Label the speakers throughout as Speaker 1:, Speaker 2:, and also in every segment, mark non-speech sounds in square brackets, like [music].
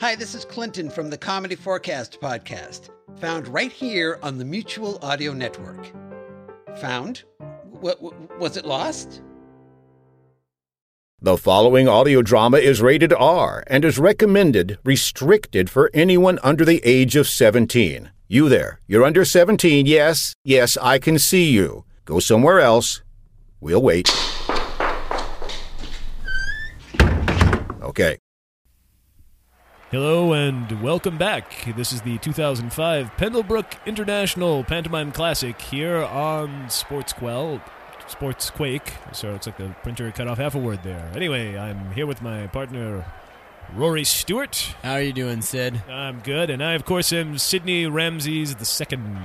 Speaker 1: Hi, this is Clinton from the Comedy Forecast podcast, found right here on the Mutual Audio Network. Found? W- w- was it lost?
Speaker 2: The following audio drama is rated R and is recommended restricted for anyone under the age of 17. You there, you're under 17, yes? Yes, I can see you. Go somewhere else. We'll wait. Okay.
Speaker 3: Hello and welcome back. This is the 2005 Pendlebrook International Pantomime Classic here on Sportsquell. Sportsquake. So it looks like the printer cut off half a word there. Anyway, I'm here with my partner, Rory Stewart.
Speaker 4: How are you doing, Sid?
Speaker 3: I'm good, and I, of course, am Sidney Ramses II, and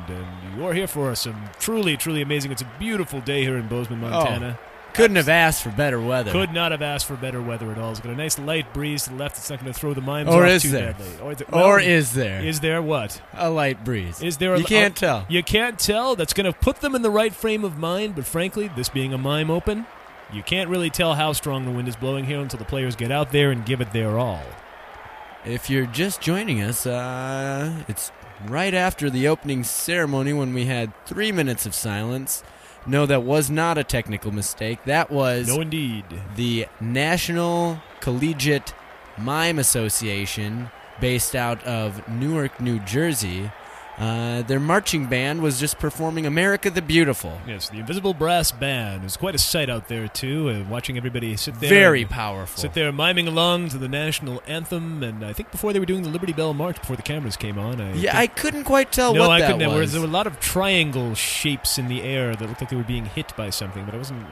Speaker 3: you're here for some truly, truly amazing. It's a beautiful day here in Bozeman, Montana.
Speaker 4: Oh, Couldn't have asked for better weather.
Speaker 3: Could not have asked for better weather at all. It's got a nice light breeze to the left. It's not going to throw the mimes
Speaker 4: Or
Speaker 3: off
Speaker 4: is
Speaker 3: too
Speaker 4: there?
Speaker 3: badly. is it-
Speaker 4: Or
Speaker 3: well,
Speaker 4: is there?
Speaker 3: Is there what?
Speaker 4: a light breeze.
Speaker 3: Is there? A, oh,
Speaker 4: You can't
Speaker 3: a-
Speaker 4: tell.
Speaker 3: You can't tell. That's going to put them in the right frame of mind. But frankly, this being a mime open, you can't really tell how strong the wind is blowing here until the players get out there and give it their all.
Speaker 4: If you're just joining us, uh, it's right after the opening ceremony when we had three minutes of silence. No, that was not a technical mistake. That was
Speaker 3: No, indeed.
Speaker 4: the National Collegiate Mime Association, based out of Newark, New Jersey. Uh, their marching band was just performing "America the Beautiful."
Speaker 3: Yes, the Invisible Brass Band is quite a sight out there too. Uh, watching everybody sit there,
Speaker 4: Very
Speaker 3: and
Speaker 4: powerful.
Speaker 3: Sit there miming along to the national anthem, and I think before they were doing the Liberty Bell March, before the cameras came on, I
Speaker 4: Yeah,
Speaker 3: think-
Speaker 4: I couldn't quite tell
Speaker 3: no,
Speaker 4: what
Speaker 3: I
Speaker 4: that
Speaker 3: couldn't. There
Speaker 4: was.
Speaker 3: there were a lot of triangle shapes in the air that looked like they were being hit by something, but I wasn't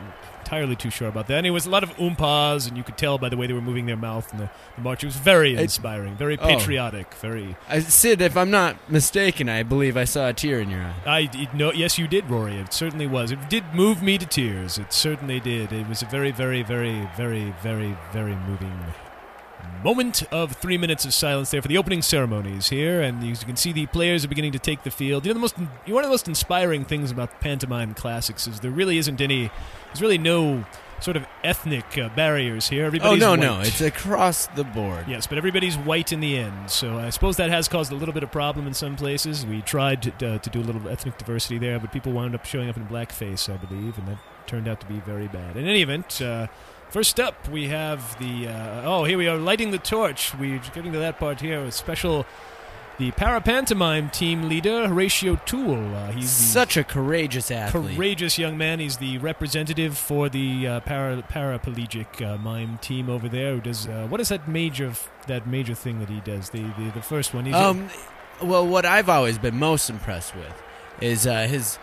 Speaker 3: entirely too sure about that. And it was a lot of umpas, and you could tell by the way they were moving their mouth and the, the march. It was very
Speaker 4: It-
Speaker 3: inspiring, very
Speaker 4: oh.
Speaker 3: patriotic, very.
Speaker 4: Uh, Sid, if I'm not mistaken, I believe I saw a tear in your eye.
Speaker 3: I it- no, yes, you did, Rory. It certainly was. It did move me to tears. It certainly did. It was a very, very, very, very, very, very moving moment of three minutes of silence there for the opening ceremonies here, and as you can see, the players are beginning to take the field. You know, the most one of the most inspiring things about the pantomime classics is there really isn't any, there's really no sort of ethnic uh, barriers here.
Speaker 4: Oh
Speaker 3: Everybody's
Speaker 4: no,
Speaker 3: white.
Speaker 4: no, it's across the board.
Speaker 3: Yes, but everybody's white in the end, so I suppose that has caused a little bit of problem in some places. We tried to, uh, to do a little ethnic diversity there, but people wound up showing up in blackface, I believe, and that turned out to be very bad. In any event, uh, first up we have the uh, oh here we are lighting the torch. We're getting to that part here. A special the parapantomime team leader Horatio Toole. Uh, he's the
Speaker 4: Such a courageous athlete.
Speaker 3: courageous young man. He's the representative for the uh, para- paraplegic uh, mime team over there. Who does uh, what is that major f- that major thing that he does? The the, the first one. He's a-
Speaker 4: um, well, what I've always been most impressed with is uh, his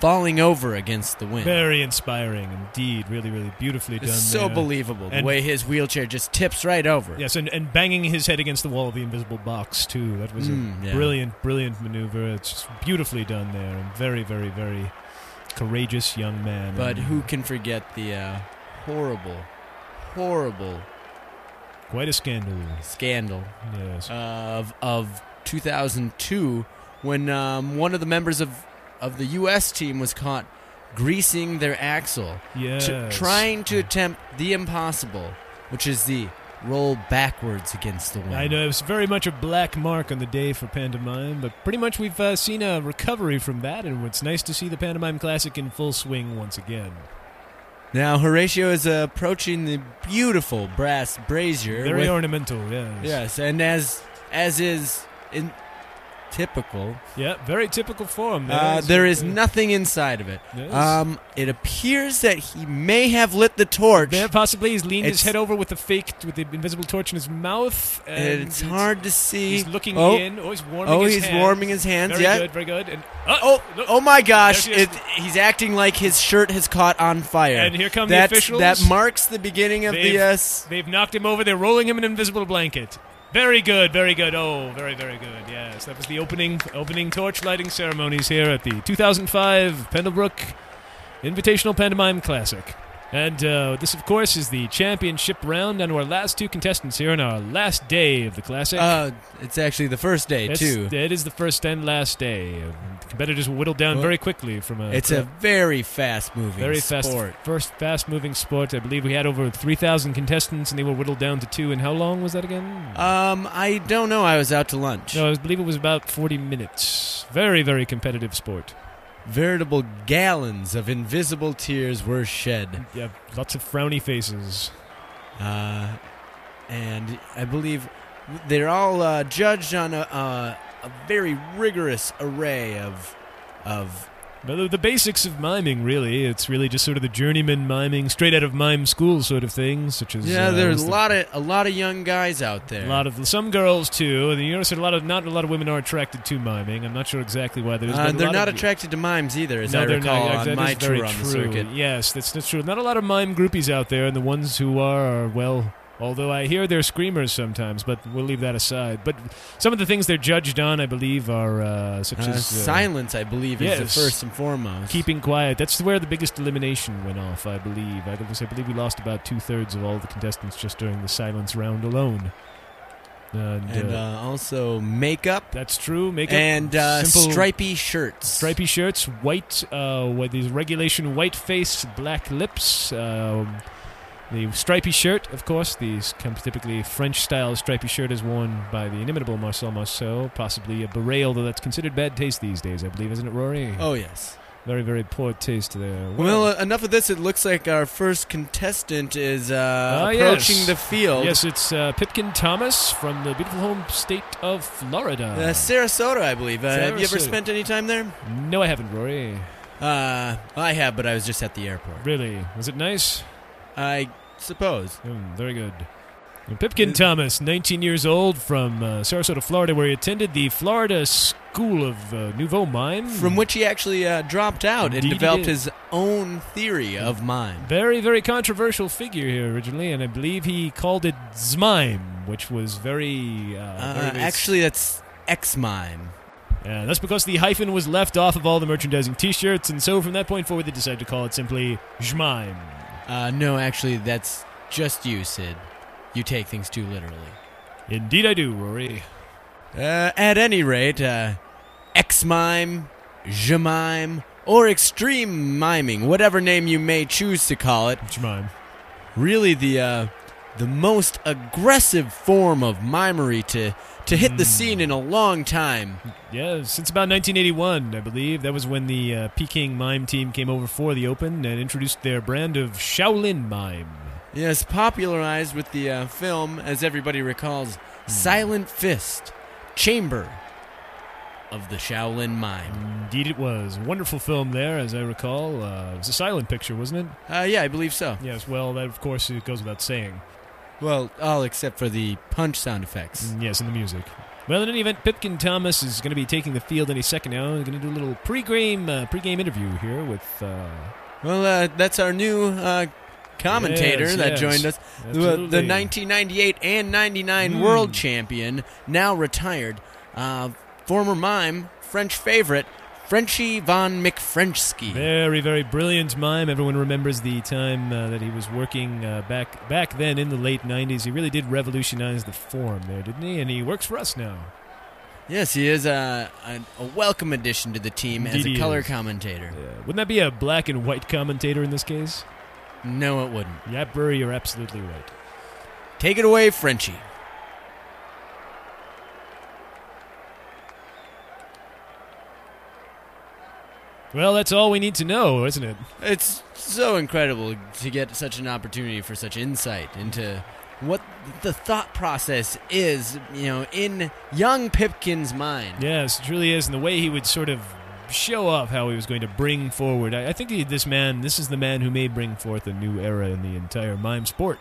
Speaker 4: falling over against the wind.
Speaker 3: very inspiring indeed. Really, really beautifully done.
Speaker 4: it's so
Speaker 3: there.
Speaker 4: believable the
Speaker 3: And-
Speaker 4: way his wheelchair just tips right over.
Speaker 3: Yes, and, and banging his head against the wall of the invisible box too. That was
Speaker 4: Mm,
Speaker 3: a
Speaker 4: yeah.
Speaker 3: brilliant, brilliant maneuver. It's just beautifully done there, and very, very, very courageous young man.
Speaker 4: But
Speaker 3: And
Speaker 4: who can forget the uh, horrible, horrible
Speaker 3: Quite a scandal.
Speaker 4: scandal Uh,
Speaker 3: Yes.
Speaker 4: of of 2002 when um, one of the members of of the U.S. team was caught greasing their axle,
Speaker 3: yes.
Speaker 4: t- trying to attempt the impossible, which is the roll backwards against the wind.
Speaker 3: I know it was very much a black mark on the day for pantomime, but pretty much we've uh, seen a recovery from that, and it's nice to see the pantomime classic in full swing once again.
Speaker 4: Now Horatio is approaching the beautiful brass brazier.
Speaker 3: Very
Speaker 4: with-
Speaker 3: ornamental, yes.
Speaker 4: yes, and as as is in typical.
Speaker 3: Yeah, very typical form. Mm-hmm.
Speaker 4: Uh, there is nothing inside of it.
Speaker 3: Yes.
Speaker 4: Um, it appears that he may have lit the torch.
Speaker 3: There possibly he's leaned his
Speaker 4: It's-
Speaker 3: head over with the fake, with the invisible torch in his mouth. And
Speaker 4: It's hard to see.
Speaker 3: He's looking
Speaker 4: oh,
Speaker 3: in. Oh, he's warming
Speaker 4: Oh,
Speaker 3: his
Speaker 4: he's
Speaker 3: hands.
Speaker 4: warming his hands.
Speaker 3: Very
Speaker 4: yeah.
Speaker 3: good, very good. And
Speaker 4: Oh,
Speaker 3: Uh, look.
Speaker 4: oh my gosh!
Speaker 3: There she is.
Speaker 4: It, he's acting like his shirt has caught on fire.
Speaker 3: And here come the
Speaker 4: That's,
Speaker 3: officials.
Speaker 4: That marks the beginning of
Speaker 3: They've,
Speaker 4: the uh, S.
Speaker 3: they've knocked him over. They're rolling him in an invisible blanket. Very good, very good. Oh, very, very good. Yes, that was the opening opening torch lighting ceremonies here at the 2005 Pendlebrook Invitational Pantomime Classic. And uh, this, of course, is the championship round, and our last two contestants here on our last day of the classic.
Speaker 4: Uh, it's actually the first day
Speaker 3: It's-
Speaker 4: too.
Speaker 3: It is the first and last day. Competitors will whittle down
Speaker 4: Well,
Speaker 3: very quickly from a.
Speaker 4: It's a very fast moving
Speaker 3: very fast,
Speaker 4: sport.
Speaker 3: first fast-moving sport. I believe we had over three thousand contestants, and they were whittled down to two. And how long was that again?
Speaker 4: Um, I don't know. I was out to lunch.
Speaker 3: no, I believe it was about forty minutes. Very, very competitive sport.
Speaker 4: Veritable gallons of invisible tears were shed.
Speaker 3: Yeah, lots of frowny faces.
Speaker 4: Uh, and I believe they're all uh, judged on a, uh, a very rigorous array of of
Speaker 3: But the- the basics of miming, really, it's really just sort of the journeyman miming, straight out of mime school sort of thing, such as
Speaker 4: yeah.
Speaker 3: uh,
Speaker 4: There's
Speaker 3: what's
Speaker 4: a
Speaker 3: the-
Speaker 4: lot of a lot of young guys out there.
Speaker 3: A lot of some girls too. And you notice that a lot of not a lot of women are attracted to miming. I'm not sure exactly why. There's
Speaker 4: Uh,
Speaker 3: been a
Speaker 4: they're
Speaker 3: lot
Speaker 4: not
Speaker 3: of,
Speaker 4: attracted to mimes either, as
Speaker 3: no,
Speaker 4: I
Speaker 3: they're
Speaker 4: recall
Speaker 3: not.
Speaker 4: on
Speaker 3: That
Speaker 4: my
Speaker 3: is very
Speaker 4: tour on the
Speaker 3: true.
Speaker 4: circuit.
Speaker 3: Yes, that's that's true. Not a lot of mime groupies out there, and the ones who are are well. Although I hear they're screamers sometimes, but we'll leave that aside. But some of the things they're judged on, I believe, are uh, such
Speaker 4: Uh,
Speaker 3: as uh,
Speaker 4: silence, I believe, is
Speaker 3: yes.
Speaker 4: the first and foremost.
Speaker 3: keeping quiet. That's where the biggest elimination went off, I believe. I, was- I believe we lost about two thirds of all the contestants just during the silence round alone. And,
Speaker 4: and
Speaker 3: uh,
Speaker 4: uh, also makeup
Speaker 3: that's true. Makeup
Speaker 4: and uh,
Speaker 3: simple
Speaker 4: stripy shirts.
Speaker 3: Stripy shirts, white, uh, what these regulation white face, black lips. Um, the stripy shirt, of course, these com- typically French style stripy shirt is worn by the inimitable Marcel Marceau, possibly a beret, although that's considered bad taste these days, I believe, isn't it, Rory?
Speaker 4: Oh yes.
Speaker 3: Very, very poor taste there.
Speaker 4: Well, uh, enough of this. It looks like our first contestant is uh,
Speaker 3: Ah,
Speaker 4: approaching
Speaker 3: yes.
Speaker 4: the field.
Speaker 3: yes, it's uh, Pipkin Thomas from the beautiful home state of Florida.
Speaker 4: Uh, Sarasota, I believe. Uh, have you ever
Speaker 3: Sarasota.
Speaker 4: spent any time there?
Speaker 3: no, I haven't, Rory.
Speaker 4: Uh, I have, but I was just at the airport.
Speaker 3: Really? Was it nice?
Speaker 4: I suppose.
Speaker 3: Mm, very good. And Pipkin Thomas, 19 years old, from uh, Sarasota, Florida, where he attended the Florida School of uh, Nouveau Mime.
Speaker 4: From which he actually uh, dropped out
Speaker 3: Indeed he
Speaker 4: and developed
Speaker 3: did.
Speaker 4: his own theory of mime.
Speaker 3: Very, very controversial figure here originally, and I believe he called it Zmime, which was very. Uh,
Speaker 4: Uh,
Speaker 3: very, very-
Speaker 4: actually, that's X Mime.
Speaker 3: Yeah, that's because the hyphen was left off of all the merchandising t shirts, and so from that point forward, they decided to call it simply Zmime.
Speaker 4: Uh, no, actually, that's just you, Sid. You take things too literally.
Speaker 3: Indeed, I do, Rory.
Speaker 4: Uh, at any rate, uh, X Mime, Jemime, or Extreme Miming, whatever name you may choose to call it,
Speaker 3: Zmime.
Speaker 4: really the uh, the most aggressive form of mimery to to hit the scene in a long time.
Speaker 3: Yeah, since about 1981, I believe. That was when the uh, Peking Mime team came over for the Open and introduced their brand of Shaolin Mime.
Speaker 4: Yes, popularized with the uh, film, as everybody recalls, Silent Fist, Chamber of the Shaolin Mime.
Speaker 3: Indeed, it was. A wonderful film there, as I recall. Uh, it was a silent picture, wasn't it?
Speaker 4: Uh, yeah, I believe so.
Speaker 3: Yes, well, that, of course, it goes without saying.
Speaker 4: Well, all except for the punch sound effects.
Speaker 3: Mm, Yes, and the music. Well, in any event, Pipkin Thomas is going to be taking the field any second now. We're going to do a little pre-game, uh, pre-game interview here with... Uh,
Speaker 4: Well, uh, that's our new uh, commentator
Speaker 3: Yes,
Speaker 4: that
Speaker 3: yes.
Speaker 4: joined us. The- The
Speaker 3: absolutely.
Speaker 4: 1998 and 99
Speaker 3: Hmm.
Speaker 4: world champion, now retired, uh, former mime, French favorite, Frenchie von McFrenchsky.
Speaker 3: Very, very brilliant mime. Everyone remembers the time uh, that he was working uh, back back then in the late '90s. He really did revolutionize the form there, didn't he? And he works for us now.
Speaker 4: Yes, he is a, a, a welcome addition to the team as
Speaker 3: Indeed
Speaker 4: a
Speaker 3: he
Speaker 4: color
Speaker 3: is.
Speaker 4: commentator.
Speaker 3: Wouldn't that be a black and white commentator in this case?
Speaker 4: No, it wouldn't.
Speaker 3: Yeah, Burry, you're absolutely right.
Speaker 4: Take it away, Frenchie.
Speaker 3: Well, that's all we need to know, isn't it?
Speaker 4: It's so incredible to get such an opportunity for such insight into what the thought process is, you know, in young Pipkin's mind.
Speaker 3: Yes, it truly is. And the way he would sort of show off how he was going to bring forward. I, I think he, this man, this is the man who may bring forth a new era in the entire mime sport.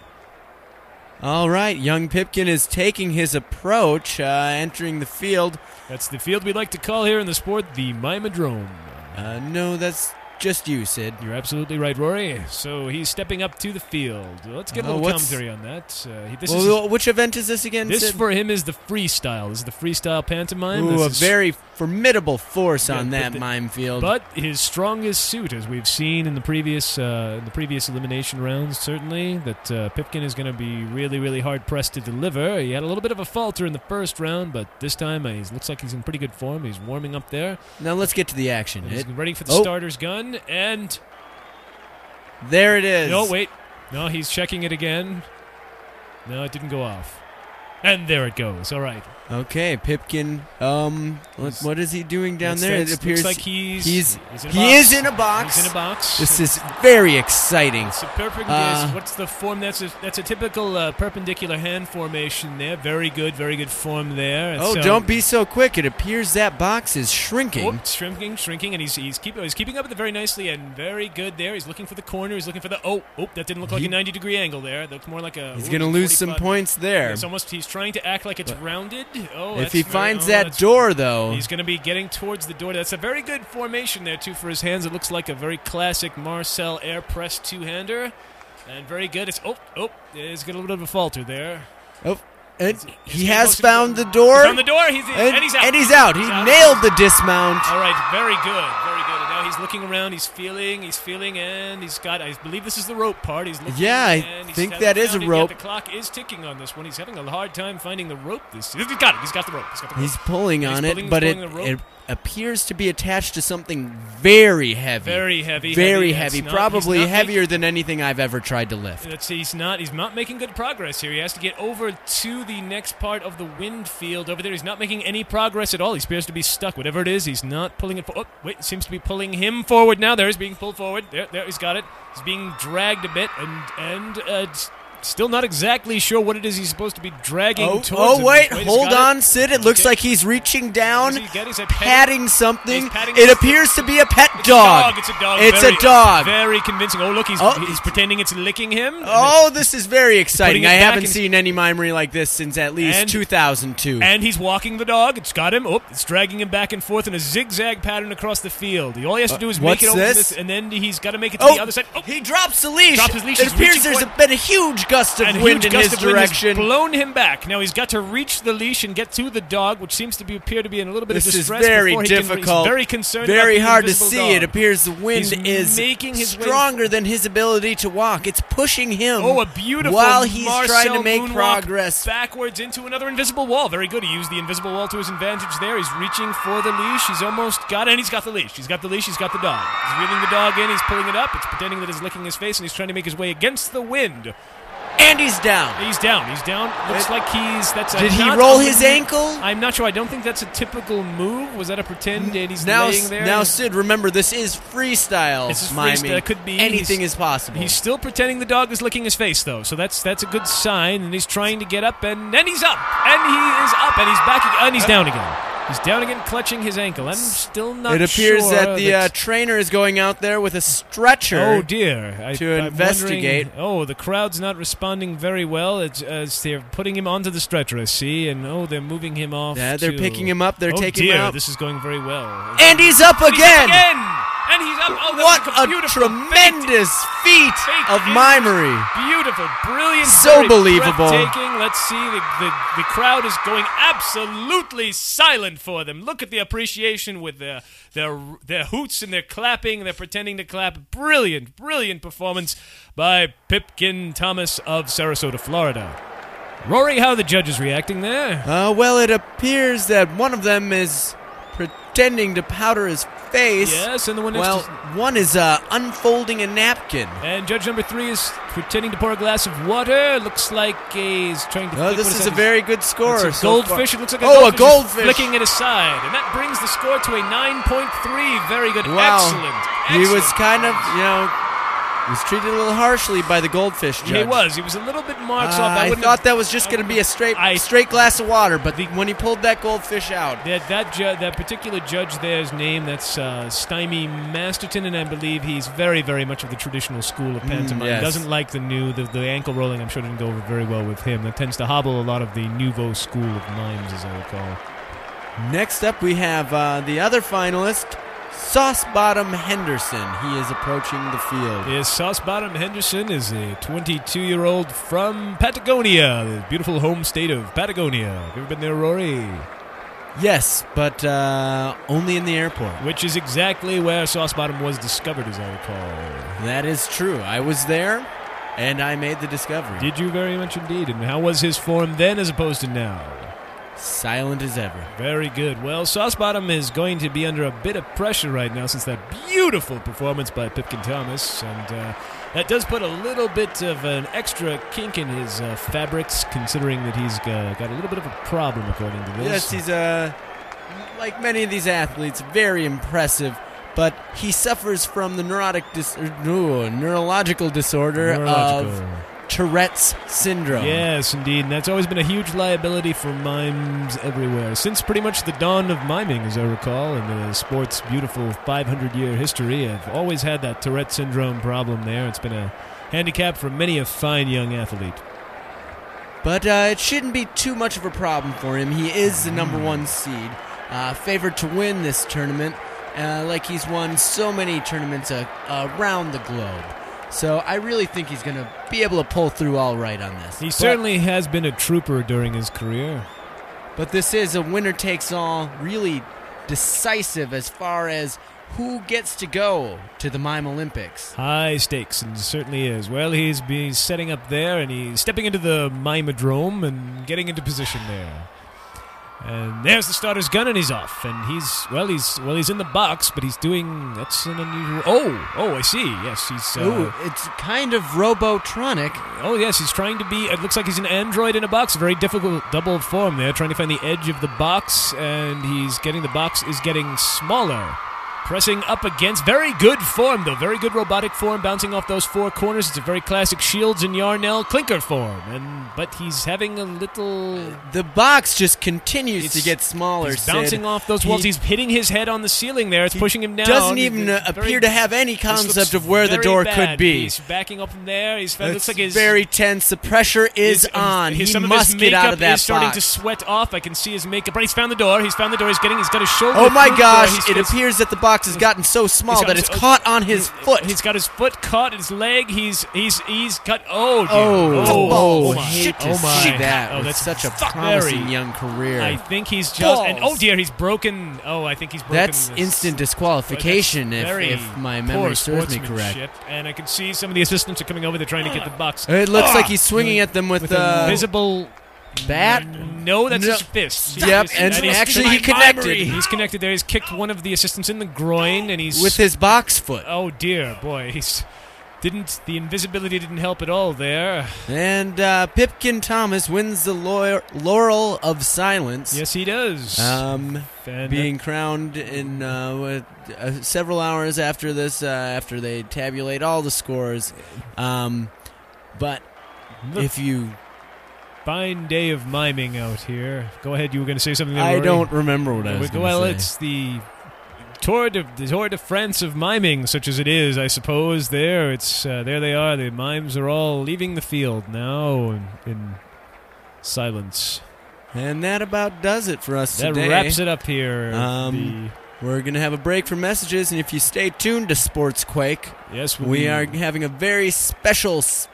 Speaker 4: All right, young Pipkin is taking his approach, uh, entering the field.
Speaker 3: That's the field we like to call here in the sport the Mimodrome.
Speaker 4: Uh, no, that's just you, Sid.
Speaker 3: You're absolutely right, Rory. So he's stepping up to the field. Let's get a
Speaker 4: Uh,
Speaker 3: little
Speaker 4: what's-
Speaker 3: commentary on that. Uh, he, this
Speaker 4: Well,
Speaker 3: is
Speaker 4: well, which event is this again?
Speaker 3: this
Speaker 4: Sid?
Speaker 3: for him is the freestyle. This is the freestyle pantomime.
Speaker 4: Ooh,
Speaker 3: This
Speaker 4: a
Speaker 3: is-
Speaker 4: very formidable force
Speaker 3: Yeah,
Speaker 4: on
Speaker 3: but
Speaker 4: that
Speaker 3: the-
Speaker 4: mime field.
Speaker 3: But his strongest suit, as we've seen in the previous uh, in the previous elimination rounds, certainly that uh, Pipkin is going to be really, really hard pressed to deliver. He had a little bit of a falter in the first round, but this time uh, he looks like he's in pretty good form. He's warming up there.
Speaker 4: now let's get to the action.
Speaker 3: He's
Speaker 4: It-
Speaker 3: ready for the
Speaker 4: oh.
Speaker 3: starter's gun, and
Speaker 4: there it is.
Speaker 3: no, wait, no, he's checking it again. No, it didn't go off, and there it goes. All right,
Speaker 4: Okay, Pipkin. Um, what,
Speaker 3: He's-
Speaker 4: what is he doing down
Speaker 3: Looks
Speaker 4: there?
Speaker 3: like-
Speaker 4: it appears
Speaker 3: looks like he's
Speaker 4: he's-
Speaker 3: in a
Speaker 4: he
Speaker 3: box.
Speaker 4: is in a box.
Speaker 3: He's in a box.
Speaker 4: this is very exciting.
Speaker 3: It's a perfect.
Speaker 4: Uh,
Speaker 3: yes, what's the form? That's a that's a typical uh, perpendicular hand formation there. Very good, very good form there. And
Speaker 4: Oh,
Speaker 3: so-
Speaker 4: don't be so quick! It appears that box is shrinking.
Speaker 3: Oh, shrinking, shrinking, and he's he's keeping he's keeping up with it very nicely and very good there. He's looking for the corner. He's looking for the oh oh that didn't look like
Speaker 4: He-
Speaker 3: a ninety degree angle there. That looked more like a.
Speaker 4: He's
Speaker 3: ooh,
Speaker 4: going to lose some
Speaker 3: 45.
Speaker 4: points there.
Speaker 3: It's almost he's trying to act like it's rounded. Oh,
Speaker 4: if
Speaker 3: that's
Speaker 4: he
Speaker 3: very-
Speaker 4: finds
Speaker 3: oh,
Speaker 4: that
Speaker 3: that's-
Speaker 4: door, though,
Speaker 3: He's going to be getting towards the door. That's a very good formation there, too, for his hands. It looks like a very classic Marcel air press two-hander, and very good. It's oh oh, he's got a little bit of a falter there.
Speaker 4: oh, and
Speaker 3: He's
Speaker 4: he
Speaker 3: getting
Speaker 4: has
Speaker 3: close to-
Speaker 4: found the door.
Speaker 3: He's on the door. He's
Speaker 4: and,
Speaker 3: and, he's out.
Speaker 4: and he's out. He nailed the dismount.
Speaker 3: All right, very good, very good. And now he's looking around. He's feeling. He's feeling, and he's got. I believe this is the rope part. He's looking.
Speaker 4: Yeah, I
Speaker 3: and he's
Speaker 4: think
Speaker 3: having
Speaker 4: that is
Speaker 3: found it
Speaker 4: a
Speaker 3: yet.
Speaker 4: rope.
Speaker 3: The clock is ticking on this one. He's having a hard time finding the rope. This he's got it. He's got the rope. He's got the rope.
Speaker 4: He's pulling
Speaker 3: He's
Speaker 4: on
Speaker 3: pulling-
Speaker 4: it,
Speaker 3: he's
Speaker 4: but it,
Speaker 3: pulling the rope.
Speaker 4: it appears to be attached to something very heavy.
Speaker 3: Very heavy, heavy.
Speaker 4: Very heavy.
Speaker 3: That's not- he's Uh,
Speaker 4: probably
Speaker 3: not
Speaker 4: heavier than anything I've ever tried to lift.
Speaker 3: That's he's not he's not making good progress here. He has to get over to the next part of the wind field over there. He's not making any progress at all. He appears to be stuck. Whatever it is, he's not pulling it. For- oh, wait, seems to be pulling him forward now. There he's being pulled forward. There, there he's got it. He's being dragged a bit and and uh, s- still not exactly sure what it is he's supposed to be dragging
Speaker 4: Oh,
Speaker 3: towards.
Speaker 4: oh
Speaker 3: him.
Speaker 4: wait,
Speaker 3: he's
Speaker 4: hold
Speaker 3: got
Speaker 4: on, Sid. It looks
Speaker 3: Okay.
Speaker 4: like he's reaching
Speaker 3: What
Speaker 4: down,
Speaker 3: does he get? He's a pet-
Speaker 4: patting something.
Speaker 3: He's patting
Speaker 4: It
Speaker 3: his-
Speaker 4: appears to be a pet
Speaker 3: It's a
Speaker 4: dog.
Speaker 3: It's a dog.
Speaker 4: It's
Speaker 3: very,
Speaker 4: a dog.
Speaker 3: Very convincing. Oh look, he's
Speaker 4: Oh.
Speaker 3: he's pretending it's licking him. And
Speaker 4: Oh, this is very exciting.
Speaker 3: it
Speaker 4: I
Speaker 3: back
Speaker 4: haven't
Speaker 3: and-
Speaker 4: seen any mimery like this since at least
Speaker 3: And-
Speaker 4: 2002.
Speaker 3: And he's walking the dog. It's got him. Oh, it's dragging him back and forth in a zigzag pattern across the field. All he has to do is make
Speaker 4: Uh, what's
Speaker 3: it over to
Speaker 4: this?
Speaker 3: this, and then he's got to make it to
Speaker 4: oh,
Speaker 3: the other side. Oh,
Speaker 4: he drops the leash.
Speaker 3: Drops his leash.
Speaker 4: It
Speaker 3: He's
Speaker 4: appears
Speaker 3: reaching
Speaker 4: there's
Speaker 3: for it.
Speaker 4: been a huge gust of
Speaker 3: and
Speaker 4: wind
Speaker 3: huge
Speaker 4: in
Speaker 3: gust
Speaker 4: his
Speaker 3: of wind has
Speaker 4: direction.
Speaker 3: blown him back. Now he's got to reach the leash and get to the dog, which seems to be, appear to be in a little bit
Speaker 4: this
Speaker 3: of
Speaker 4: is
Speaker 3: distress.
Speaker 4: very
Speaker 3: before he can- he's
Speaker 4: difficult.
Speaker 3: very concerned.
Speaker 4: Very
Speaker 3: about the
Speaker 4: hard to
Speaker 3: invisible
Speaker 4: see.
Speaker 3: dog.
Speaker 4: It appears the wind
Speaker 3: He's
Speaker 4: is
Speaker 3: making his way-
Speaker 4: stronger than his ability to walk. It's pushing him.
Speaker 3: Oh, a beautiful
Speaker 4: while he's
Speaker 3: Marcel
Speaker 4: trying to make
Speaker 3: moonwalk
Speaker 4: progress.
Speaker 3: backwards into another invisible wall. Very good. He used the invisible wall to his advantage there. He's reaching for the leash. He's almost got it, and he's got the leash. He's got the leash. He's got the dog. He's reeling the dog in. He's pulling it up. It's pretending that it's licking his face, and he's trying to make his way against the wind.
Speaker 4: and he's down.
Speaker 3: He's down. He's down. Looks
Speaker 4: It-
Speaker 3: like he's. That's a
Speaker 4: Did he
Speaker 3: not
Speaker 4: roll
Speaker 3: a-
Speaker 4: his ankle?
Speaker 3: I'm not sure. I don't think that's a typical move. Was that a pretend? And he's
Speaker 4: now,
Speaker 3: laying there.
Speaker 4: now, Sid, remember this is freestyle.
Speaker 3: This is
Speaker 4: miming.
Speaker 3: freestyle. It could be-
Speaker 4: anything
Speaker 3: he's-
Speaker 4: is possible.
Speaker 3: He's still pretending the dog is licking his face, though, so that's that's a good sign. And he's trying to get up, and and he's up, and he is up, and he's back, ag- and he's down again. He's down again, clutching his ankle. I'm still not.
Speaker 4: it appears
Speaker 3: sure
Speaker 4: that the uh, trainer is going out there with a stretcher.
Speaker 3: Oh dear! I,
Speaker 4: to
Speaker 3: I'm
Speaker 4: investigate.
Speaker 3: wondering- Oh, the crowd's not responding very well. It's as they're putting him onto the stretcher, I see, and oh, they're moving him off.
Speaker 4: Yeah, they're
Speaker 3: to-
Speaker 4: picking him up, they're
Speaker 3: oh,
Speaker 4: taking him
Speaker 3: dear,
Speaker 4: out.
Speaker 3: This is going very well.
Speaker 4: and he's up
Speaker 3: He's up
Speaker 4: again.
Speaker 3: again, and he's up. Oh, that
Speaker 4: What
Speaker 3: was
Speaker 4: a
Speaker 3: beautiful feint.
Speaker 4: tremendous feat
Speaker 3: Fake
Speaker 4: of
Speaker 3: is
Speaker 4: mimery.
Speaker 3: Beautiful, brilliant,
Speaker 4: So
Speaker 3: very
Speaker 4: believable.
Speaker 3: breathtaking. Let's see, the, the, the crowd is going absolutely silent for them. Look at the appreciation with their their their hoots and their clapping. They're pretending to clap. Brilliant, brilliant performance by Pipkin Thomas of Sarasota, Florida. Rory, how are the judges reacting there?
Speaker 4: Uh, well, it appears that one of them is pretending to powder his face.
Speaker 3: Yes, and the one next
Speaker 4: Well,
Speaker 3: to-
Speaker 4: one is uh, unfolding a napkin.
Speaker 3: And judge number three is pretending to pour a glass of water. Looks like he's trying to.
Speaker 4: Oh,
Speaker 3: flick- what
Speaker 4: this is a
Speaker 3: that?
Speaker 4: very good score.
Speaker 3: It's a
Speaker 4: so far.
Speaker 3: goldfish. It looks like a
Speaker 4: oh,
Speaker 3: goldfish,
Speaker 4: a goldfish.
Speaker 3: flicking it aside, and that brings the score to a 9.3. Very good.
Speaker 4: Wow.
Speaker 3: Excellent.
Speaker 4: He was
Speaker 3: Excellent.
Speaker 4: kind of, you know, was treated a little harshly by the goldfish
Speaker 3: He
Speaker 4: judge.
Speaker 3: was. He was a little bit marks
Speaker 4: Uh,
Speaker 3: off. I,
Speaker 4: I,
Speaker 3: wouldn't
Speaker 4: thought that was just going to be a straight
Speaker 3: I-
Speaker 4: straight glass of water, but the, when he pulled that goldfish out,
Speaker 3: That that ju- that particular judge there's name that's uh, Stymie Masterton, and I believe he's very very much of the traditional school of pantomime.
Speaker 4: Mm, yes.
Speaker 3: Doesn't like the new the, the ankle rolling. I'm sure didn't go over very well with him. That tends to hobble a lot of the nouveau school of mimes, as I recall.
Speaker 4: Next up, we have uh, the other finalist, Sauce Bottom Henderson. He is approaching the field.
Speaker 3: Yes, Sauce Bottom Henderson is a 22 year old from Patagonia, the beautiful home state of Patagonia. Have you ever been there, Rory?
Speaker 4: Yes, but uh, only in the airport.
Speaker 3: Which is exactly where Sauce Bottom was discovered, as I recall.
Speaker 4: That is true. I was there, and I made the discovery.
Speaker 3: Did you very much indeed? And how was his form then as opposed to now?
Speaker 4: Silent as ever.
Speaker 3: Very good. Well, Sauce Bottom is going to be under a bit of pressure right now since that beautiful performance by Pipkin Thomas. And uh, that does put a little bit of an extra kink in his uh, fabrics, considering that he's uh, got a little bit of a problem, according to this.
Speaker 4: Yes, he's uh, like many of these athletes, very impressive. But he suffers from the neurotic dis- er, no, neurological disorder
Speaker 3: Neurological.
Speaker 4: of Tourette's syndrome.
Speaker 3: Yes, indeed. And that's always been a huge liability for mimes everywhere. Since pretty much the dawn of miming, as I recall, and the sport's beautiful 500 year history, I've always had that Tourette syndrome problem there. It's been a handicap for many a fine young athlete.
Speaker 4: But uh, it shouldn't be too much of a problem for him. He is the
Speaker 3: Mm.
Speaker 4: number one seed, uh, favored to win this tournament, uh, like he's won so many tournaments uh, around the globe. So I really think he's going to be able to pull through all right on this.
Speaker 3: He
Speaker 4: But-
Speaker 3: certainly has been a trooper during his career.
Speaker 4: But this is a winner takes all, really decisive as far as who gets to go to the Mime Olympics.
Speaker 3: High stakes, and certainly is. Well, he's been setting up there, and he's stepping into the mimodrome and getting into position there. And there's the starter's gun, and he's off. And he's well, he's well, he's in the box, but he's doing that's an unusual. Oh, oh, I see. Yes, he's.
Speaker 4: Ooh,
Speaker 3: Uh,
Speaker 4: it's kind of Robotronic.
Speaker 3: oh, yes, he's trying to be. It looks like he's an android in a box. Very difficult double form there, trying to find the edge of the box, and he's getting the box is getting smaller. Pressing up against very good form, though. Very good robotic form, bouncing off those four corners. It's a very classic Shields and Yarnell clinker form. And but he's having a little.
Speaker 4: The box just continues
Speaker 3: It's-
Speaker 4: to get smaller.
Speaker 3: He's
Speaker 4: Sid.
Speaker 3: bouncing off those walls.
Speaker 4: He
Speaker 3: he's hitting his head on the ceiling there. It's pushing him down.
Speaker 4: Doesn't even uh,
Speaker 3: It's very-
Speaker 4: appear to have any
Speaker 3: This looks
Speaker 4: concept of where the
Speaker 3: very
Speaker 4: door
Speaker 3: bad.
Speaker 4: could be.
Speaker 3: He's backing up from there. He's it looks
Speaker 4: It's
Speaker 3: like his
Speaker 4: very tense. The pressure is
Speaker 3: his-
Speaker 4: on.
Speaker 3: his-
Speaker 4: he
Speaker 3: some of
Speaker 4: must
Speaker 3: his
Speaker 4: get
Speaker 3: makeup
Speaker 4: out of that
Speaker 3: is starting to
Speaker 4: box.
Speaker 3: sweat off. I can see his makeup. Right, he's found the door. He's found the door. He's getting. He's got his shoulder.
Speaker 4: oh my
Speaker 3: through the door.
Speaker 4: gosh!
Speaker 3: He's-
Speaker 4: it
Speaker 3: he's-
Speaker 4: appears that the box has gotten so
Speaker 3: he's
Speaker 4: small
Speaker 3: got
Speaker 4: that
Speaker 3: his-
Speaker 4: it's caught on his foot.
Speaker 3: He's got his foot caught. His leg. He's he's he's cut. Oh dear.
Speaker 4: Oh,
Speaker 3: oh,
Speaker 4: oh,
Speaker 3: my.
Speaker 4: hate to
Speaker 3: oh my.
Speaker 4: see that.
Speaker 3: Oh,
Speaker 4: with
Speaker 3: that's
Speaker 4: such a
Speaker 3: very-
Speaker 4: promising young career.
Speaker 3: I think he's just. And, oh
Speaker 4: Balls.
Speaker 3: dear, he's broken. Oh, I think he's broken.
Speaker 4: that's
Speaker 3: this-
Speaker 4: instant disqualification,
Speaker 3: That's very
Speaker 4: if, if my
Speaker 3: poor
Speaker 4: memory serves me correct.
Speaker 3: sportsmanship. And I can see some of the assistants are coming over. They're trying to get the box.
Speaker 4: It looks like he's swinging at them with,
Speaker 3: Ah. a
Speaker 4: uh,
Speaker 3: visible
Speaker 4: bat.
Speaker 3: No, that's
Speaker 4: No.
Speaker 3: his fist.
Speaker 4: Yep,
Speaker 3: He's-
Speaker 4: and
Speaker 3: he's-
Speaker 4: actually he connected.
Speaker 3: He's connected there. He's kicked one of the assistants in the groin, and he's
Speaker 4: with his box foot.
Speaker 3: Oh dear, boy, he's didn't the invisibility didn't help at all there.
Speaker 4: And uh, Pipkin Thomas wins the Laur- Laurel of Silence.
Speaker 3: Yes, he does.
Speaker 4: Um,
Speaker 3: And, uh,
Speaker 4: being crowned in uh, what- uh, several hours after this, uh, after they tabulate all the scores. Um, but
Speaker 3: look,
Speaker 4: if you,
Speaker 3: fine day of miming out here. Go ahead, you were going to say something. There,
Speaker 4: I
Speaker 3: Rory.
Speaker 4: don't remember what I was. gonna
Speaker 3: well,
Speaker 4: say.
Speaker 3: it's the tour de the tour de France of miming, such as it is, I suppose. There, it's uh, there they are. The mimes are all leaving the field now in, in silence.
Speaker 4: And that about does it for us
Speaker 3: That
Speaker 4: today.
Speaker 3: wraps it up here.
Speaker 4: Um, We're going to have a break for messages, and if you stay tuned to Sports Quake,
Speaker 3: The- yes, we'll
Speaker 4: we
Speaker 3: be-
Speaker 4: are having a very special, special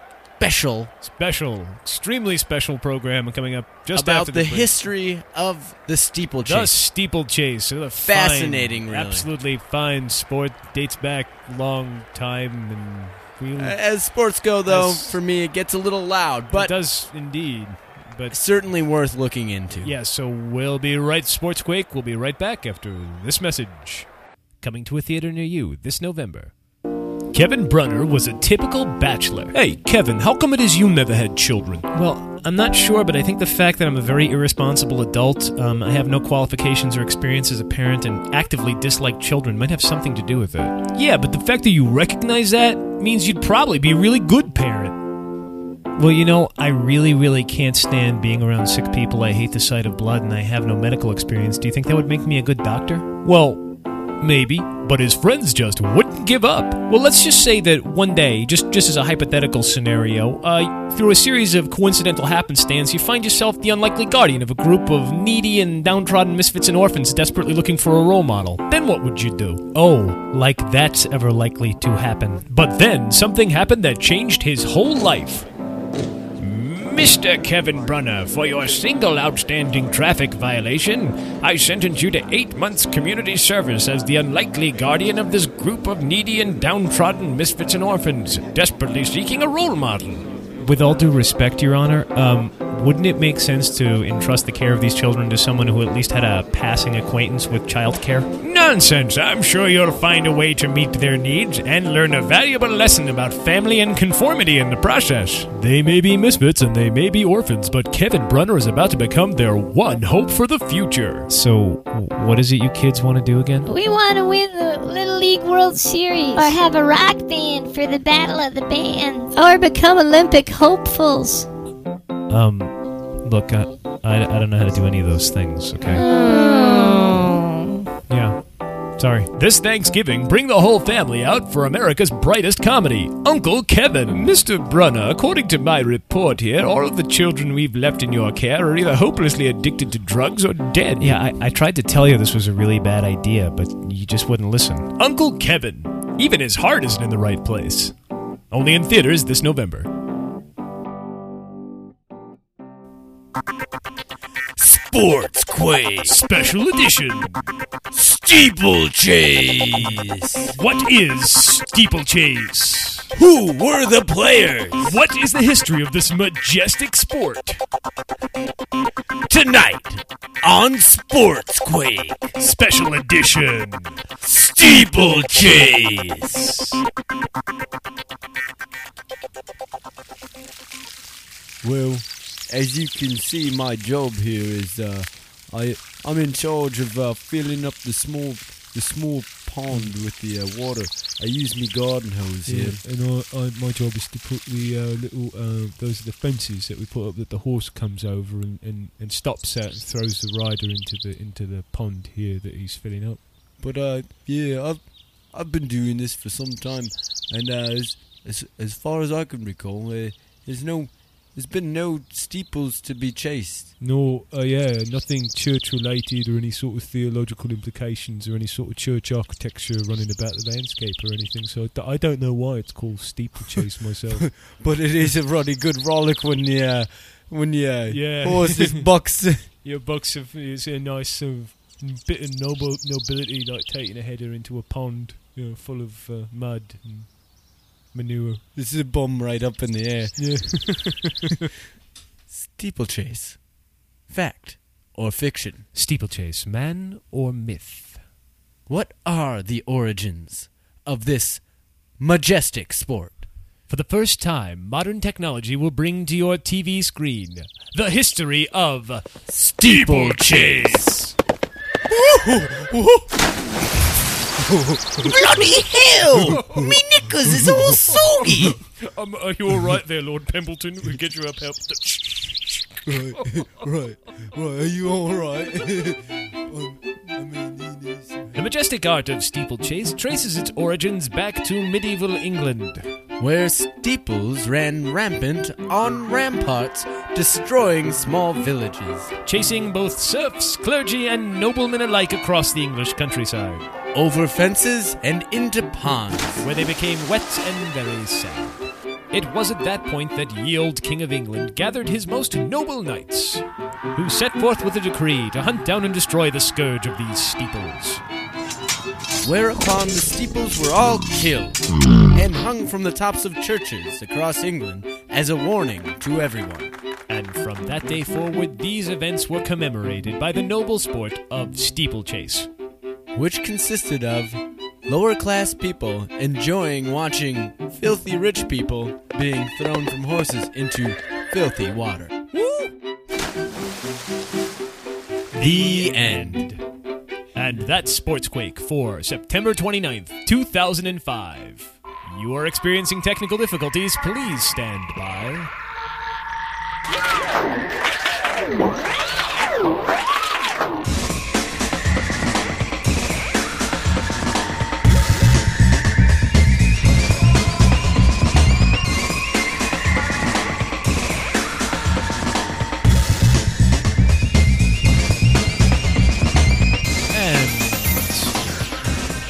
Speaker 3: special, extremely special program coming up just
Speaker 4: about
Speaker 3: after
Speaker 4: the
Speaker 3: break.
Speaker 4: history of the steeplechase.
Speaker 3: The steeplechase, the
Speaker 4: Fascinating,
Speaker 3: fine,
Speaker 4: really.
Speaker 3: absolutely fine sport dates back long time, and we
Speaker 4: Uh, As sports go, though,
Speaker 3: As-
Speaker 4: for me, it gets a little loud,
Speaker 3: it
Speaker 4: but
Speaker 3: does indeed. But
Speaker 4: certainly worth looking into.
Speaker 3: Yeah, so we'll be right, Sportsquake. We'll be right back after this message. Coming to a theater near you this November. Kevin Brunner was a typical bachelor. Hey, Kevin, how come it is you never had children? Well, I'm not sure, but I think the fact that I'm a very irresponsible adult, um, I have no qualifications or experience as a parent, and actively dislike children might have something to do with it. Yeah, but the fact that you recognize that means you'd probably be a really good parent. Well, you know, I really, really can't stand being around sick people. I hate the sight of blood and I have no medical experience. Do you think that would make me a good doctor? Well, maybe, but his friends just wouldn't give up. Well, let's just say that one day, just, just as a hypothetical scenario, uh, through a series of coincidental happenstance, you find yourself the unlikely guardian of a group of needy and downtrodden misfits and orphans desperately looking for a role model. Then what would you do? Oh, like that's ever likely to happen. But then something happened that changed his whole life. Mr. Kevin Brunner, for your single outstanding traffic violation, I sentence you to eight months community service as the unlikely guardian of this group of needy and downtrodden misfits and orphans, desperately seeking a role model. With all due respect, Your Honor, um, wouldn't it make sense to entrust the care of these children to someone who at least had a passing acquaintance with childcare? Nonsense! I'm sure you'll find a way to meet their needs and learn a valuable lesson about family and conformity in the process. They may be misfits and they may be orphans, but Kevin Brunner is about to become their one hope for the future. So, what is it you kids want to do again?
Speaker 5: We want to win the Little League World Series, or have a rock band for the Battle of the Bands, or become Olympic hopefuls.
Speaker 3: Um, look, I, I, I don't know how to do any of those things, okay? Yeah. Sorry. This Thanksgiving, bring the whole family out for America's brightest comedy, Uncle Kevin. Mr. Brunner, according to my report here, all of the children we've left in your care are either hopelessly addicted to drugs or dead. Yeah, I, I tried to tell you this was a really bad idea, but you just wouldn't listen. Uncle Kevin. Even his heart isn't in the right place. Only in theaters this November.
Speaker 6: Sports Quake
Speaker 3: Special edition.
Speaker 6: Steeplechase.
Speaker 3: What is steeplechase?
Speaker 6: Who were the players
Speaker 3: What is the history of this majestic sport?
Speaker 6: tonight on Sports Quake
Speaker 3: Special edition.
Speaker 6: Steeplechase?
Speaker 4: Well, as you can see, my job here is uh, I I'm in charge of uh, filling up the small the small pond with the uh, water. I use my garden hose
Speaker 7: Mm. Yeah,
Speaker 4: here.
Speaker 7: and I, I, my job is to put the uh, little uh, those are the fences that we put up that the horse comes over and, and, and stops at and throws the rider into the into the pond here that he's filling up.
Speaker 4: But uh, yeah, I've I've been doing this for some time, and uh, as, as as far as I can recall, uh, there's no there's been no steeples to be chased.
Speaker 7: No, uh, yeah, nothing church related or any sort of theological implications or any sort of church architecture running about the landscape or anything. So I d- I don't know why it's called steeplechase myself.
Speaker 4: But it is a [laughs] really good rollick when the uh, when the uh,
Speaker 7: Yeah.
Speaker 4: horse
Speaker 7: [laughs]
Speaker 4: just bucks.
Speaker 7: Your box of is a nice sort of bit of noble nobility, like taking a header into a pond, you know, full of uh, mud and manure.
Speaker 4: this is a bomb right up in the air.
Speaker 7: Yeah.
Speaker 4: [laughs] Steeplechase, fact or fiction?
Speaker 3: Steeplechase, man or myth?
Speaker 4: What are the origins of this majestic sport?
Speaker 3: For the first time, modern technology will bring to your TV screen the history of steeplechase.
Speaker 6: Bloody hell! Me knickers is all soggy.
Speaker 3: Um, are you all right there, Lord Pembleton? We'll get you up help.
Speaker 7: [laughs]
Speaker 4: right, right, right. Are you all right? I'm, I'm gonna need this.
Speaker 3: The majestic art of steeplechase traces its origins back to medieval England.
Speaker 4: Where steeples ran rampant on ramparts, destroying small villages.
Speaker 3: Chasing both serfs, clergy, and noblemen alike across the English countryside,
Speaker 4: Over fences and into ponds.
Speaker 3: where they became wet and very sad. It was at that point that ye old King of England gathered his most noble knights, who set forth with a decree to hunt down and destroy the scourge of these steeples.
Speaker 4: Whereupon the steeples were all killed and hung from the tops of churches across England as a warning to everyone.
Speaker 3: And from that day forward, these events were commemorated by the noble sport of steeplechase.
Speaker 4: Which consisted of lower class people enjoying watching filthy rich people being thrown from horses into filthy water. The end.
Speaker 8: And that's Sportsquake for September 29th, 2005. You are experiencing technical difficulties. Please stand by. And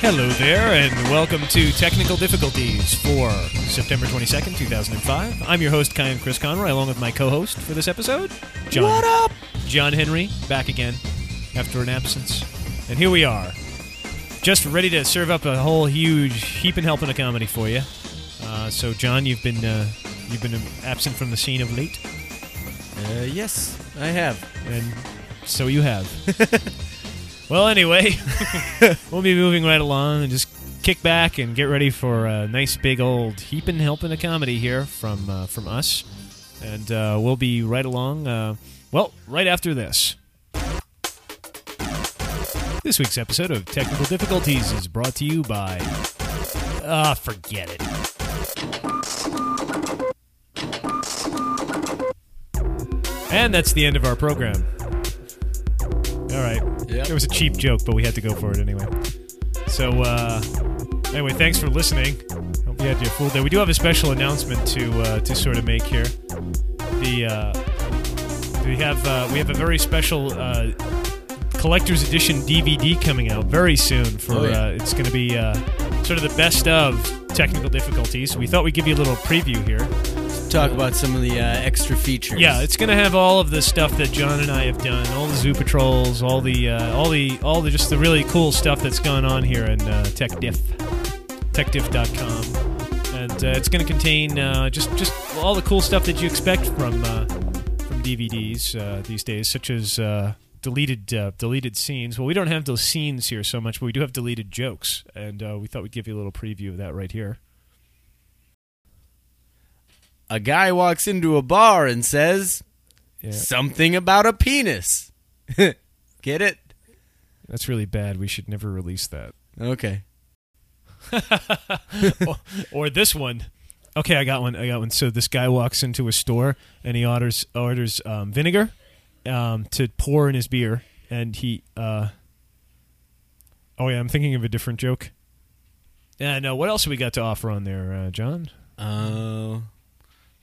Speaker 8: hello there, and welcome to Technical Difficulties for September 22nd, 2005. I'm your host, Kyan Chris Conroy, along with my co host for this episode, John. What up? John Henry, back again after an absence. And here we are, just ready to serve up a whole huge heap and helping of comedy for you. Uh, so, John, you've been uh, you've been absent from the scene of late,
Speaker 4: Uh, yes, I have.
Speaker 8: and so you have. well, anyway, [laughs] we'll be moving right along and just kick back and get ready for a nice big old heaping helping of comedy here from uh, from us, and uh, we'll be right along. Uh, well, right after this. This week's episode of Technical Difficulties is brought to you by. Ah, forget it. And that's the end of our program. All right.
Speaker 4: Yep.
Speaker 8: It was a cheap joke, but we had to go for it anyway. So, uh, anyway, thanks for listening. Hope you had your full day. We do have a special announcement to uh, to sort of make here. The uh, we have uh, we have a very special uh, collector's edition DVD coming out very soon. For
Speaker 4: Oh, yeah.
Speaker 8: uh, it's going to be uh, sort of the best of technical difficulties. We thought we'd give you a little preview here.
Speaker 4: Talk about some of the uh, extra features.
Speaker 8: Yeah, it's gonna have all of the stuff that John and I have done, all the zoo patrols, all the uh, all the all the just the really cool stuff that's gone on here in uh, TechDiff, TechDiff.com, and uh, it's gonna contain uh, just just all the cool stuff that you expect from uh, from DVDs uh, these days, such as. Uh, Deleted uh, deleted scenes. Well, we don't have those scenes here so much, but we do have deleted jokes, and uh, we thought we'd give you a little preview of that right here.
Speaker 4: A guy walks into a bar and says
Speaker 8: Yeah.
Speaker 4: something about a penis. [laughs] Get it?
Speaker 8: That's really bad. We should never release that.
Speaker 4: Okay.
Speaker 8: or, or this one. Okay, I got one. I got one. So this guy walks into a store and he orders orders um, vinegar um, to pour in his beer, and he. Uh, oh yeah, I'm thinking of a different joke. Yeah, no. What else we got to offer on there, uh, John?
Speaker 4: Uh,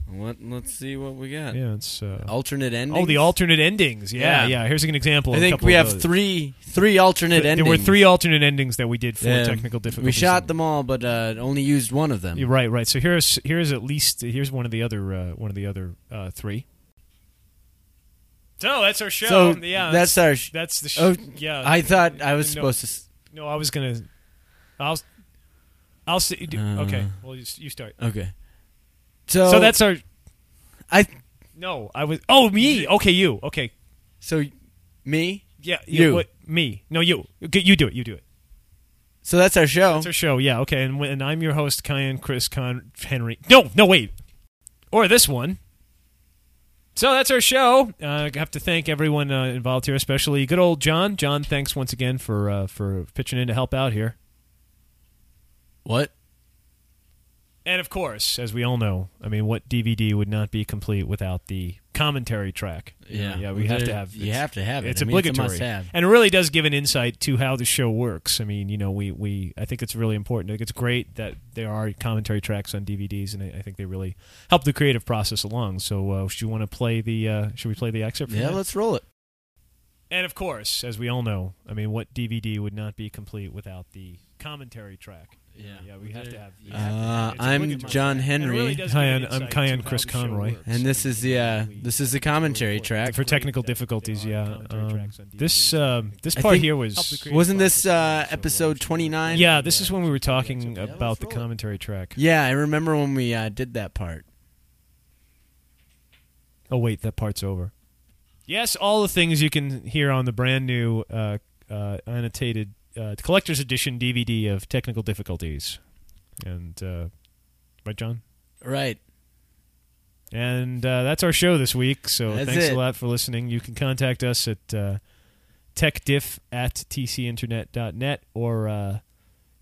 Speaker 4: what? Let's see what we got.
Speaker 8: Yeah, it's. Uh,
Speaker 4: Alternate ending.
Speaker 8: oh, the alternate endings. Yeah, yeah.
Speaker 4: Yeah.
Speaker 8: Here's an example.
Speaker 4: I
Speaker 8: of a
Speaker 4: think
Speaker 8: couple
Speaker 4: we
Speaker 8: of
Speaker 4: have
Speaker 8: those.
Speaker 4: three three alternate
Speaker 8: There
Speaker 4: endings.
Speaker 8: were three alternate endings that we did for
Speaker 4: Yeah.
Speaker 8: technical difficulties.
Speaker 4: We shot them all, but uh, only used one of them.
Speaker 8: You're right, right. So here's here's at least here's one of the other uh, one of the other uh, three. So that's our show.
Speaker 4: So
Speaker 8: yeah,
Speaker 4: that's our. Sh-
Speaker 8: that's uh, the sh-
Speaker 4: oh,
Speaker 8: yeah.
Speaker 4: I thought I was
Speaker 8: No.
Speaker 4: supposed to. S-
Speaker 8: no, I was gonna. I'll I'll see. do-
Speaker 4: Uh.
Speaker 8: okay, well you, s- you start.
Speaker 4: okay. So,
Speaker 8: so that's our.
Speaker 4: I.
Speaker 8: No, I was. Oh me. Okay, you. Okay,
Speaker 4: So me.
Speaker 8: yeah.
Speaker 4: You.
Speaker 8: What, me. No, you. Okay, you do it. You do it.
Speaker 4: So that's our show.
Speaker 8: That's our show. Yeah. Okay. And, when- and I'm your host, Kyan Chris Con Henry. No, no, wait. Or this one. So that's our show. Uh, I have to thank everyone uh, involved here, especially good old John. John, thanks once again for uh, for pitching in to help out here.
Speaker 4: what?
Speaker 8: And of course, as we all know, I mean, what DVD would not be complete without the commentary track? You know, yeah. We have to
Speaker 4: There-
Speaker 8: have.
Speaker 4: You have to have it.
Speaker 8: It's
Speaker 4: I mean,
Speaker 8: obligatory,
Speaker 4: It's a must have.
Speaker 8: and it really does give an insight to how the show works. I mean, you know, we, we I think it's really important. I think it's great that there are commentary tracks on DVDs, and I, I think they really help the creative process along. So, uh, should you want to play the? Uh, should we play the excerpt? From
Speaker 4: Yeah,
Speaker 8: that?
Speaker 4: let's roll it.
Speaker 8: And of course, as we all know, I mean, what DVD would not be complete without the commentary track? yeah, we have to have. you have to have
Speaker 4: Uh,
Speaker 8: it. It's
Speaker 4: I'm
Speaker 8: obligatory.
Speaker 4: John
Speaker 8: And it
Speaker 4: Henry,
Speaker 8: really does Hi, give an I'm- I'm insight Kyan to how Chris the show Conroy. works.
Speaker 4: and this is the uh, this is the commentary track.
Speaker 8: for technical difficulties, yeah. Um, this um, this
Speaker 4: I
Speaker 8: part
Speaker 4: think-
Speaker 8: here was
Speaker 4: Wasn't this uh, episode 29?
Speaker 8: Yeah, this is when we were talking about the commentary track.
Speaker 4: Yeah, I remember when we uh, did that part.
Speaker 8: Oh wait, that part's over. Yes, all the things you can hear on the brand new uh, uh, annotated
Speaker 7: uh, the collector's edition DVD of Technical Difficulties, and uh, right, John.
Speaker 4: Right.
Speaker 7: And uh, that's our show this week. So
Speaker 4: That's
Speaker 7: thanks
Speaker 4: it.
Speaker 7: a lot for listening. You can contact us at uh, techdiff at tcinternet.net or uh,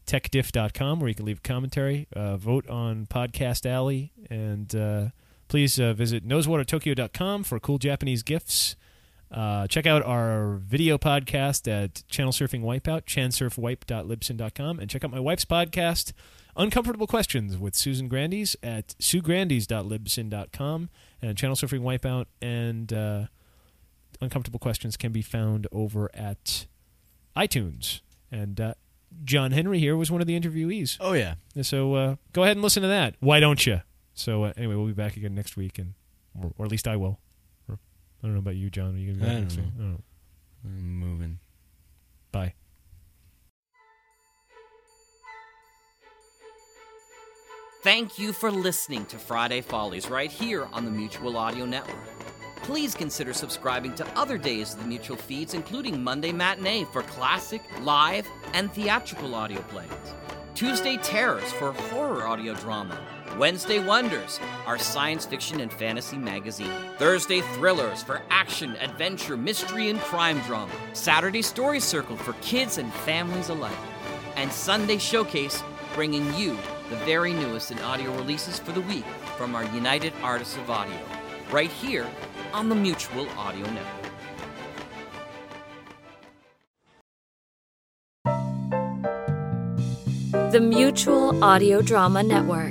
Speaker 7: techdiff.com where you can leave commentary, uh, vote on Podcast Alley, and uh, please uh, visit nosewatertokyo.com for cool Japanese gifts. Uh, check out our video podcast at Channel Surfing Wipeout, chansurfwipe.libsyn.com, and check out my wife's podcast, Uncomfortable Questions with Susan Grandies at suegrandies.libsyn.com. And Channel Surfing Wipeout and uh, Uncomfortable Questions can be found over at iTunes. And uh, John Henry here was one of the interviewees.
Speaker 4: Oh yeah.
Speaker 7: And So uh, go ahead and listen to that. Why don't you? So uh, anyway, we'll be back again next week, and or, or at least I will. Or- I don't know about you, John. Are you gonna be
Speaker 4: I
Speaker 7: back next
Speaker 4: don't
Speaker 7: week? I don't know.
Speaker 4: I'm moving.
Speaker 7: Bye.
Speaker 3: Thank you for listening to Friday Follies right here on the Mutual Audio Network. Please consider subscribing to other days of the Mutual feeds, including Monday Matinee for classic, live, and theatrical audio plays, Tuesday Terrors for horror audio drama, Wednesday Wonders, our science fiction and fantasy magazine, Thursday Thrillers for action, adventure, mystery, and crime drama, Saturday Story Circle for kids and families alike and Sunday Showcase, bringing you the very newest in audio releases for the week from our United Artists of Audio, right here on the Mutual Audio Network.
Speaker 8: The Mutual Audio Drama Network,